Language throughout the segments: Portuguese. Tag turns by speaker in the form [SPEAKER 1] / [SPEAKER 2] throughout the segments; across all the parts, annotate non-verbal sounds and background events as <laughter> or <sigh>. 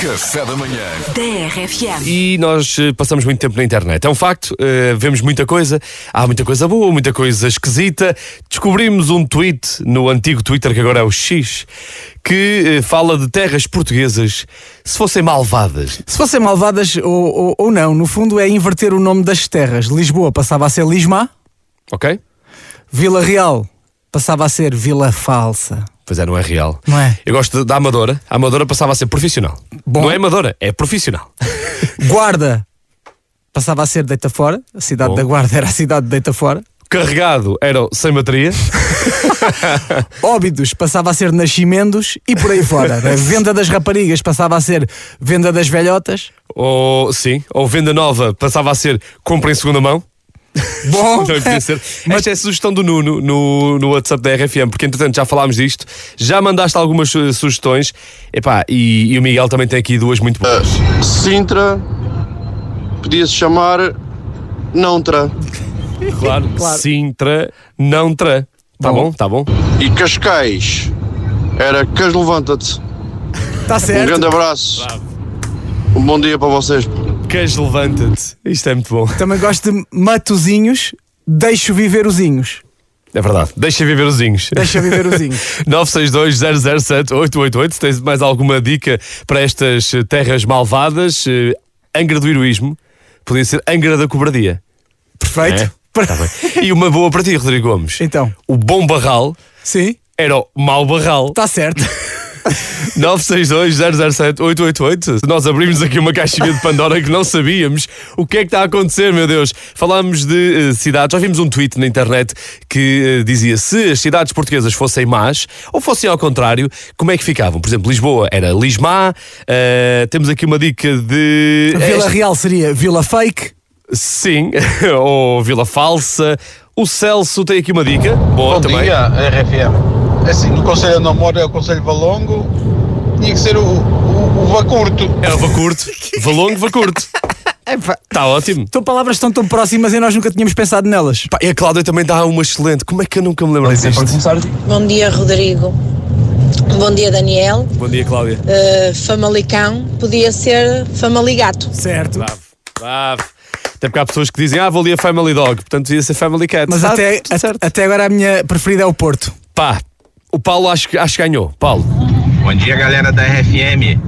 [SPEAKER 1] Café da manhã.
[SPEAKER 2] TRFM.
[SPEAKER 3] e nós eh, passamos muito tempo na internet. É um facto, eh, vemos muita coisa, há muita coisa boa, muita coisa esquisita. Descobrimos um tweet no antigo Twitter, que agora é o X, que eh, fala de terras portuguesas se fossem malvadas.
[SPEAKER 4] Se fossem malvadas ou, ou- ou não, no fundo é inverter o nome das terras. Lisboa passava a ser Lismá,
[SPEAKER 3] Ok?
[SPEAKER 4] Vila Real passava a ser Vila Falsa.
[SPEAKER 3] Pois é, não é real.
[SPEAKER 4] Não é?
[SPEAKER 3] Eu gosto da Amadora. A Amadora passava a ser profissional.
[SPEAKER 4] Bom.
[SPEAKER 3] Não é Amadora, é profissional.
[SPEAKER 4] Guarda passava a ser Deita Fora. A cidade
[SPEAKER 3] Bom.
[SPEAKER 4] da Guarda era a cidade de Deita Fora.
[SPEAKER 3] Carregado era o sem
[SPEAKER 4] <laughs>
[SPEAKER 3] bateria.
[SPEAKER 4] Óbidos passava a ser Nascimentos e por aí fora.
[SPEAKER 3] <laughs>
[SPEAKER 4] A venda das raparigas passava a ser Venda das Velhotas.
[SPEAKER 3] ou, sim, ou venda nova passava a ser compra em segunda mão.
[SPEAKER 4] Bom,
[SPEAKER 3] Também podia
[SPEAKER 4] <laughs>
[SPEAKER 3] ser. <laughs> Esta é a sugestão do Nuno no, no WhatsApp da RFM, porque entretanto já falámos disto, já mandaste algumas su- sugestões. Epá, e, e o Miguel também tem aqui duas muito boas.
[SPEAKER 5] Sintra podia-se chamar Nontra
[SPEAKER 3] <laughs> Claro. Sintra, não tra. Tá bom, tá bom.
[SPEAKER 5] e Cascais era Cas Levanta-te.
[SPEAKER 4] está
[SPEAKER 5] Um grande
[SPEAKER 4] tá certo.
[SPEAKER 5] abraço. Um bom dia para vocês.
[SPEAKER 3] Queres levanta-te. Isto é muito bom.
[SPEAKER 4] Também gosto de Matozinhos, Deixo Viver Osinhos.
[SPEAKER 3] É verdade. Deixa viver os zinhos. <laughs>
[SPEAKER 4] Deixa viver os zinhos.
[SPEAKER 3] 962 007 888. Se tens mais alguma dica para estas eh, terras malvadas, eh, Angra do Heroísmo, podia ser Angra da Cobardia.
[SPEAKER 4] Perfeito.
[SPEAKER 3] É? E uma boa para ti, Rodrigo Gomes.
[SPEAKER 4] Então.
[SPEAKER 3] O bom barral
[SPEAKER 4] Sim,
[SPEAKER 3] era o mau barral.
[SPEAKER 4] está certo.
[SPEAKER 3] 962-007-888. Nós abrimos aqui uma caixinha de Pandora que não sabíamos o que é que está a acontecer, meu Deus. Falámos de eh, cidades. Já vimos um tweet na internet que eh, dizia se as cidades portuguesas fossem más ou fossem ao contrário, como é que ficavam? Por exemplo, Lisboa era Lismá. eh, temos aqui uma dica de. eh,
[SPEAKER 4] Vila Real seria Vila Fake.
[SPEAKER 3] Sim, <laughs> ou Vila Falsa. O Celso tem aqui uma dica. Boa
[SPEAKER 6] Bom
[SPEAKER 3] também.
[SPEAKER 6] dia, RFM. Assim, o Conselho de Namoro é o Conselho Valongo. Tinha que ser o, o, o Vacurto.
[SPEAKER 3] É o Vacurto. Valongo, Vacurto. Está Tá ótimo.
[SPEAKER 4] São Então palavras que estão tão próximas e nós nunca tínhamos pensado nelas.
[SPEAKER 3] Pá, e a Cláudia também dá uma excelente. Como é que eu nunca me lembro disto?
[SPEAKER 7] Bom dia, Rodrigo. Bom dia, Daniel.
[SPEAKER 3] Bom dia, Cláudia.
[SPEAKER 7] Uh, Famalicão podia ser Famaligato.
[SPEAKER 4] Certo.
[SPEAKER 3] Bravo, bravo. Até porque há pessoas que dizem, ah, vou ali a Family Dog, portanto devia ser Family Cat.
[SPEAKER 4] Mas
[SPEAKER 3] Ah,
[SPEAKER 4] até,
[SPEAKER 3] tudo certo.
[SPEAKER 4] a- até agora a minha preferida é o Porto.
[SPEAKER 3] Pá, o Paulo acho, que- acho que ganhou. Paulo.
[SPEAKER 8] Bom dia, galera da RFM.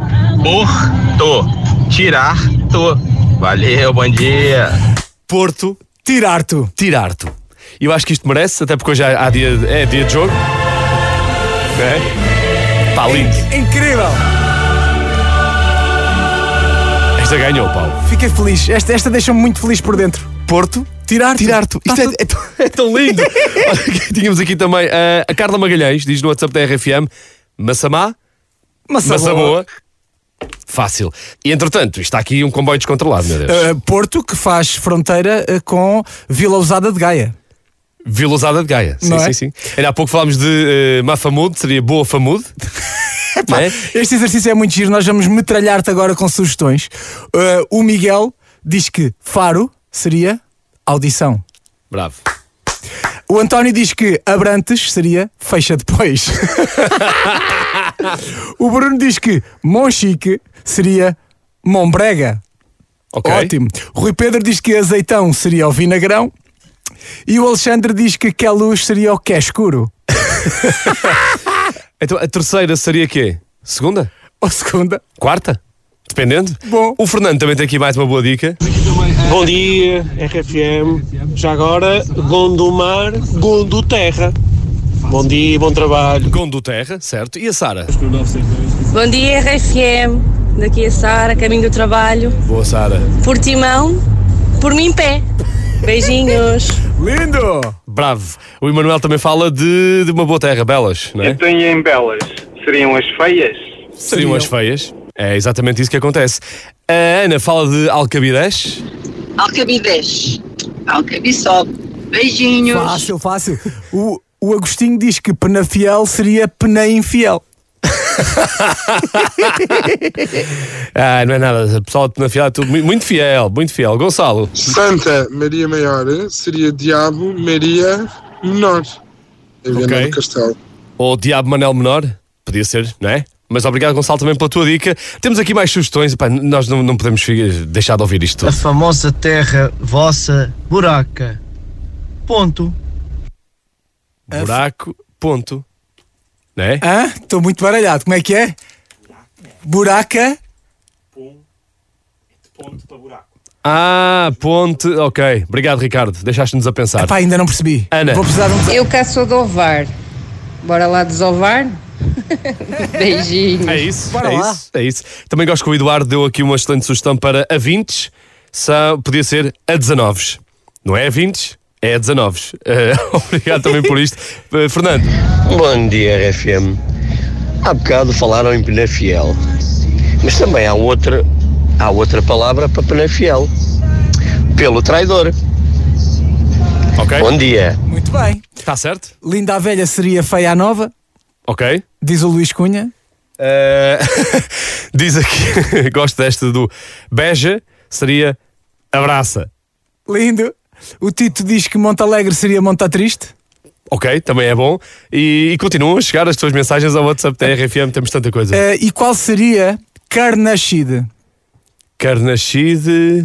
[SPEAKER 8] Porto. Tirar to. Valeu, bom dia.
[SPEAKER 3] Porto,
[SPEAKER 4] Tirar-te.
[SPEAKER 3] tirar-te. E eu acho que isto merece, até porque hoje há, há dia, é dia de jogo. É? Pá, lindo.
[SPEAKER 4] Incrível!
[SPEAKER 3] Esta ganhou, Paulo.
[SPEAKER 4] Fiquei feliz. Esta, esta deixa-me muito feliz por dentro.
[SPEAKER 3] Porto,
[SPEAKER 4] Tirar-te.
[SPEAKER 3] tirar-te. Isto
[SPEAKER 4] Tá
[SPEAKER 3] é,
[SPEAKER 4] tudo-
[SPEAKER 3] é tão- é tão
[SPEAKER 4] <laughs>
[SPEAKER 3] lindo. Olha, Tínhamos aqui também eh, a Carla Magalhães, diz no WhatsApp da RFM, Massamá,
[SPEAKER 4] Maçã,
[SPEAKER 3] Massa
[SPEAKER 4] boa.
[SPEAKER 3] boa. Fácil. E entretanto, está aqui um comboio descontrolado, meu
[SPEAKER 4] <laughs>
[SPEAKER 3] Deus.
[SPEAKER 4] Uh, Porto que faz fronteira uh, com Vila Usada de Gaia.
[SPEAKER 3] Vila Ousada de Gaia. Sim,
[SPEAKER 4] não
[SPEAKER 3] sim,
[SPEAKER 4] é?
[SPEAKER 3] sim. Ainda há pouco falámos de uh, Mafamude, seria Boa
[SPEAKER 4] <laughs>
[SPEAKER 3] Famude. Não é?
[SPEAKER 4] Este exercício é muito giro. Nós vamos metralhar-te agora com sugestões. Uh, o Miguel diz que Faro seria audição.
[SPEAKER 3] Bravo.
[SPEAKER 4] O António diz que Abrantes seria
[SPEAKER 3] <laughs>
[SPEAKER 4] fecha depois. o Bruno diz que Monchique seria Monbrega.
[SPEAKER 3] Ok.
[SPEAKER 4] Ótimo. O Rui Pedro diz que azeitão seria o vinagrão. E o Alexandre diz que que luz seria o que é escuro.
[SPEAKER 3] Então a terceira seria quê? Segunda?
[SPEAKER 4] Ou segunda.
[SPEAKER 3] Quarta? Dependendo.
[SPEAKER 4] Bom.
[SPEAKER 3] O Fernando também tem aqui mais uma boa dica.
[SPEAKER 9] Bom dia, RFM. Já agora, Gondomar, Gondo Terra. Bom dia e bom trabalho.
[SPEAKER 3] Gondo Terra, certo? E a Sara?
[SPEAKER 10] Bom dia, RFM. Daqui a Sara, caminho do trabalho.
[SPEAKER 3] Boa, Sara.
[SPEAKER 10] Por Timão, por mim em pé. Beijinhos.
[SPEAKER 4] Lindo!
[SPEAKER 3] Bravo. O Emanuel também fala de, de uma boa terra, belas, não é?
[SPEAKER 11] Então, e em belas, seriam as feias?
[SPEAKER 3] Seriam as feias. É exatamente isso que acontece. A Ana fala de Alcabidez.
[SPEAKER 7] Alcabidez. Alcabiçob. Beijinhos.
[SPEAKER 4] Fácil, fácil. O, o Agostinho diz que penafiel seria pena infiel.
[SPEAKER 3] Ah, não é nada. O pessoal de Penafiel é tudo mu- muito fiel, muito fiel. Gonçalo,
[SPEAKER 5] Santa Maria Maior seria Diabo Maria Menor. Em
[SPEAKER 3] Viana Ok. do
[SPEAKER 5] Castelo.
[SPEAKER 3] ou o Diabo Manel Menor, podia ser, não é? Mas obrigado, Gonçalo, também pela tua dica. Temos aqui mais sugestões. Epá, nós não, não podemos fi- deixar de ouvir isto.
[SPEAKER 1] A famosa terra vossa buraca. Ponto.
[SPEAKER 3] Buraco, ponto. Não é?
[SPEAKER 4] Hã? Estou muito baralhado. Como é que é? Buraca.
[SPEAKER 3] Ah, ponte. Ok. Obrigado, Ricardo. Deixaste-nos a pensar.
[SPEAKER 4] Pá, ainda não percebi.
[SPEAKER 3] Ana.
[SPEAKER 4] Vou precisar de um.
[SPEAKER 10] Eu cá sou do ovar. Bora lá desovar? Beijinhos.
[SPEAKER 3] É isso,
[SPEAKER 4] Bora
[SPEAKER 3] é
[SPEAKER 4] lá.
[SPEAKER 3] isso, é isso. Também gosto que o Eduardo deu aqui uma excelente sugestão para a 20, só podia ser a 19. Não é a 20, é a 19. Eh, <laughs> obrigado também por isto. Eh, Fernando,
[SPEAKER 1] Bom dia, RFM. Há bocado falaram em pneu fiel, mas também há outra, há outra palavra para pneu fiel. Pelo traidor.
[SPEAKER 3] ok?
[SPEAKER 1] Bom dia.
[SPEAKER 4] Muito bem.
[SPEAKER 3] Está certo?
[SPEAKER 4] Linda a velha seria feia a nova,
[SPEAKER 3] Ok.
[SPEAKER 4] diz o Luís Cunha.
[SPEAKER 3] Eh, <laughs> diz aqui, <laughs> gosto desta do beija, seria abraça.
[SPEAKER 4] Lindo. O Tito diz que Monte Alegre seria Monta Triste.
[SPEAKER 3] Ok, também é bom. E, e continuam a chegar as tuas mensagens ao WhatsApp da RFM, temos tanta coisa.
[SPEAKER 4] Eh, e qual seria Carnachide?
[SPEAKER 3] Carnachide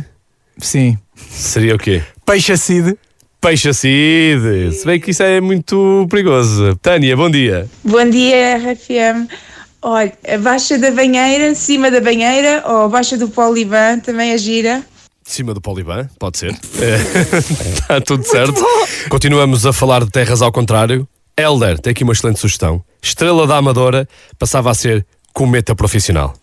[SPEAKER 4] Sim.
[SPEAKER 3] seria o quê?
[SPEAKER 4] Peixacide.
[SPEAKER 3] Peixe acide. Se bem que isso é muito perigoso. Tânia, bom dia.
[SPEAKER 10] Bom dia, RFM. Olha, a Baixa da Banheira, cima da banheira, ou a Baixa do Poliban, também é gira.
[SPEAKER 3] De cima do Poliban, pode ser. <laughs> Está É. Tá tudo certo. Continuamos a falar de terras ao contrário. Elder tem aqui uma excelente sugestão. Estrela da Amadora passava a ser cometa profissional.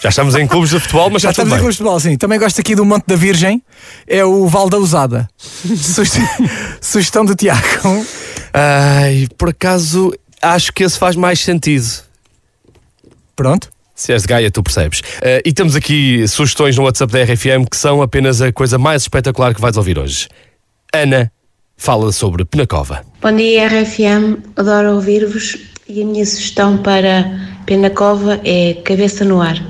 [SPEAKER 3] Já estamos em clubes de futebol, mas já,
[SPEAKER 4] Já estamos em
[SPEAKER 3] tudo
[SPEAKER 4] com
[SPEAKER 3] bem.
[SPEAKER 4] o futebol, sim. Também gosto aqui do Monte da Virgem. É o Val
[SPEAKER 3] <laughs>
[SPEAKER 4] da Usada. Sugest- Sugestão do Tiago.
[SPEAKER 3] Ai, por acaso, acho que esse faz mais sentido.
[SPEAKER 4] Pronto.
[SPEAKER 3] Se és de Gaia, tu percebes. Eh, e temos aqui sugestões no WhatsApp da RFM que são apenas a coisa mais espetacular que vais ouvir hoje. Ana fala sobre Penacova.
[SPEAKER 10] Bom dia, RFM. Adoro ouvir-vos. E a minha sugestão para Penacova é cabeça no ar.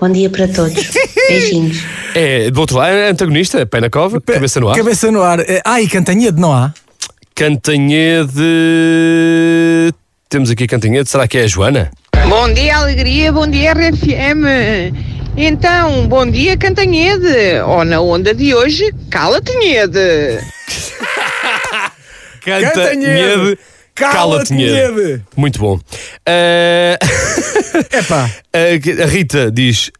[SPEAKER 10] Bom dia para
[SPEAKER 7] <laughs>
[SPEAKER 10] todos. Beijinhos.
[SPEAKER 3] É, do outro lado, é antagonista, Penacova, cabeça no ar.
[SPEAKER 4] Cabeça no ar. Eh, Ah, e Cantanhede não há?
[SPEAKER 3] Cantanhede. Temos aqui Cantanhede, será que é a Joana?
[SPEAKER 10] Bom dia, Alegria. Bom dia, RFM. Então, bom dia, Cantanhede. Ou na onda de hoje, Calatinhede.
[SPEAKER 4] Cantanhede. Cala-te-nhede.
[SPEAKER 3] Muito bom. Eh, <laughs>
[SPEAKER 4] Epá.
[SPEAKER 3] a Rita diz: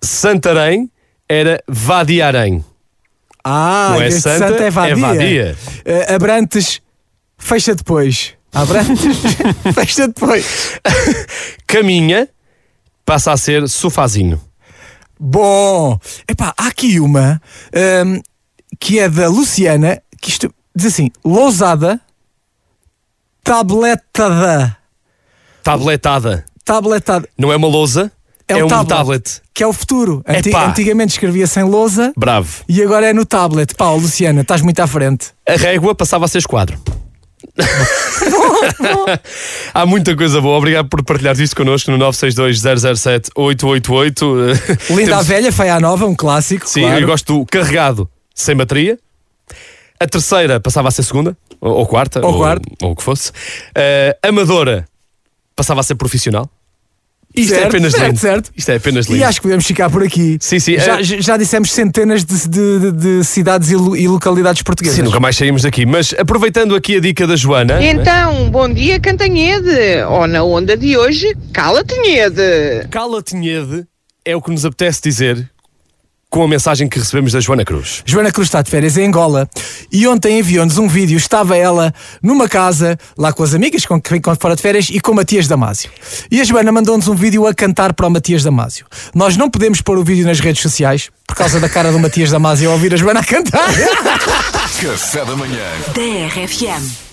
[SPEAKER 3] Santarém era Vadiarém.
[SPEAKER 4] Ah,
[SPEAKER 3] Não é
[SPEAKER 4] este
[SPEAKER 3] santa,
[SPEAKER 4] santo
[SPEAKER 3] é
[SPEAKER 4] é vadia.
[SPEAKER 3] vadia.
[SPEAKER 4] Eh, Abrantes, fecha depois. Abrantes, <laughs> fecha depois.
[SPEAKER 3] caminha passa a ser sofazinho.
[SPEAKER 4] Bom, epá, há aqui uma ahm, que é da Luciana, que isto diz assim: lousada, tabletada,
[SPEAKER 3] Tabletada.
[SPEAKER 4] tabletada,
[SPEAKER 3] Não é uma lousa, é, um tablet.
[SPEAKER 4] que é o futuro. Anti-
[SPEAKER 3] Epá.
[SPEAKER 4] antigamente escrevia sem lousa
[SPEAKER 3] Bravo.
[SPEAKER 4] e agora é no tablet. Pá, ó, Luciana, estás muito à frente.
[SPEAKER 3] A régua passava a ser esquadro. <laughs> Há muita coisa boa. Obrigado por partilhares isto connosco no 962-007-888.
[SPEAKER 4] Linda a
[SPEAKER 3] <laughs> Temos-
[SPEAKER 4] velha, feia a nova, um clássico.
[SPEAKER 3] Sim,
[SPEAKER 4] claro.
[SPEAKER 3] eu gosto do carregado sem bateria. A terceira passava a ser segunda, ou, ou quarta,
[SPEAKER 4] Ou quarta.
[SPEAKER 3] ou o que fosse. Eh, amadora passava a ser profissional. Isto é
[SPEAKER 4] Certo,
[SPEAKER 3] apenas
[SPEAKER 4] certo,
[SPEAKER 3] lindo.
[SPEAKER 4] certo.
[SPEAKER 3] Isto é apenas lindo.
[SPEAKER 4] E acho que podemos ficar por aqui.
[SPEAKER 3] Sim, sim,
[SPEAKER 4] Já,
[SPEAKER 3] é-
[SPEAKER 4] já dissemos centenas de, de- de- de cidades e, lu- e localidades portuguesas.
[SPEAKER 3] Sim, nunca mais saímos daqui. Mas aproveitando aqui a dica da Joana,
[SPEAKER 10] Então, bom dia, Cantanhede. Ou na onda de hoje, Calatinhede.
[SPEAKER 3] cala-tinhede é o que nos apetece dizer com a mensagem que recebemos da Joana Cruz.
[SPEAKER 4] Joana Cruz está de férias em Angola e ontem enviou-nos um vídeo. Estava ela numa casa, lá com as amigas, com quem quando fora de férias, e com o Matias Damasio. E a Joana mandou-nos um vídeo a cantar para o Matias Damasio. Nós não podemos pôr o vídeo nas redes sociais por causa da cara do Matias Damasio ao ouvir a Joana a cantar.
[SPEAKER 2] Café da manhã.
[SPEAKER 12] TRFM.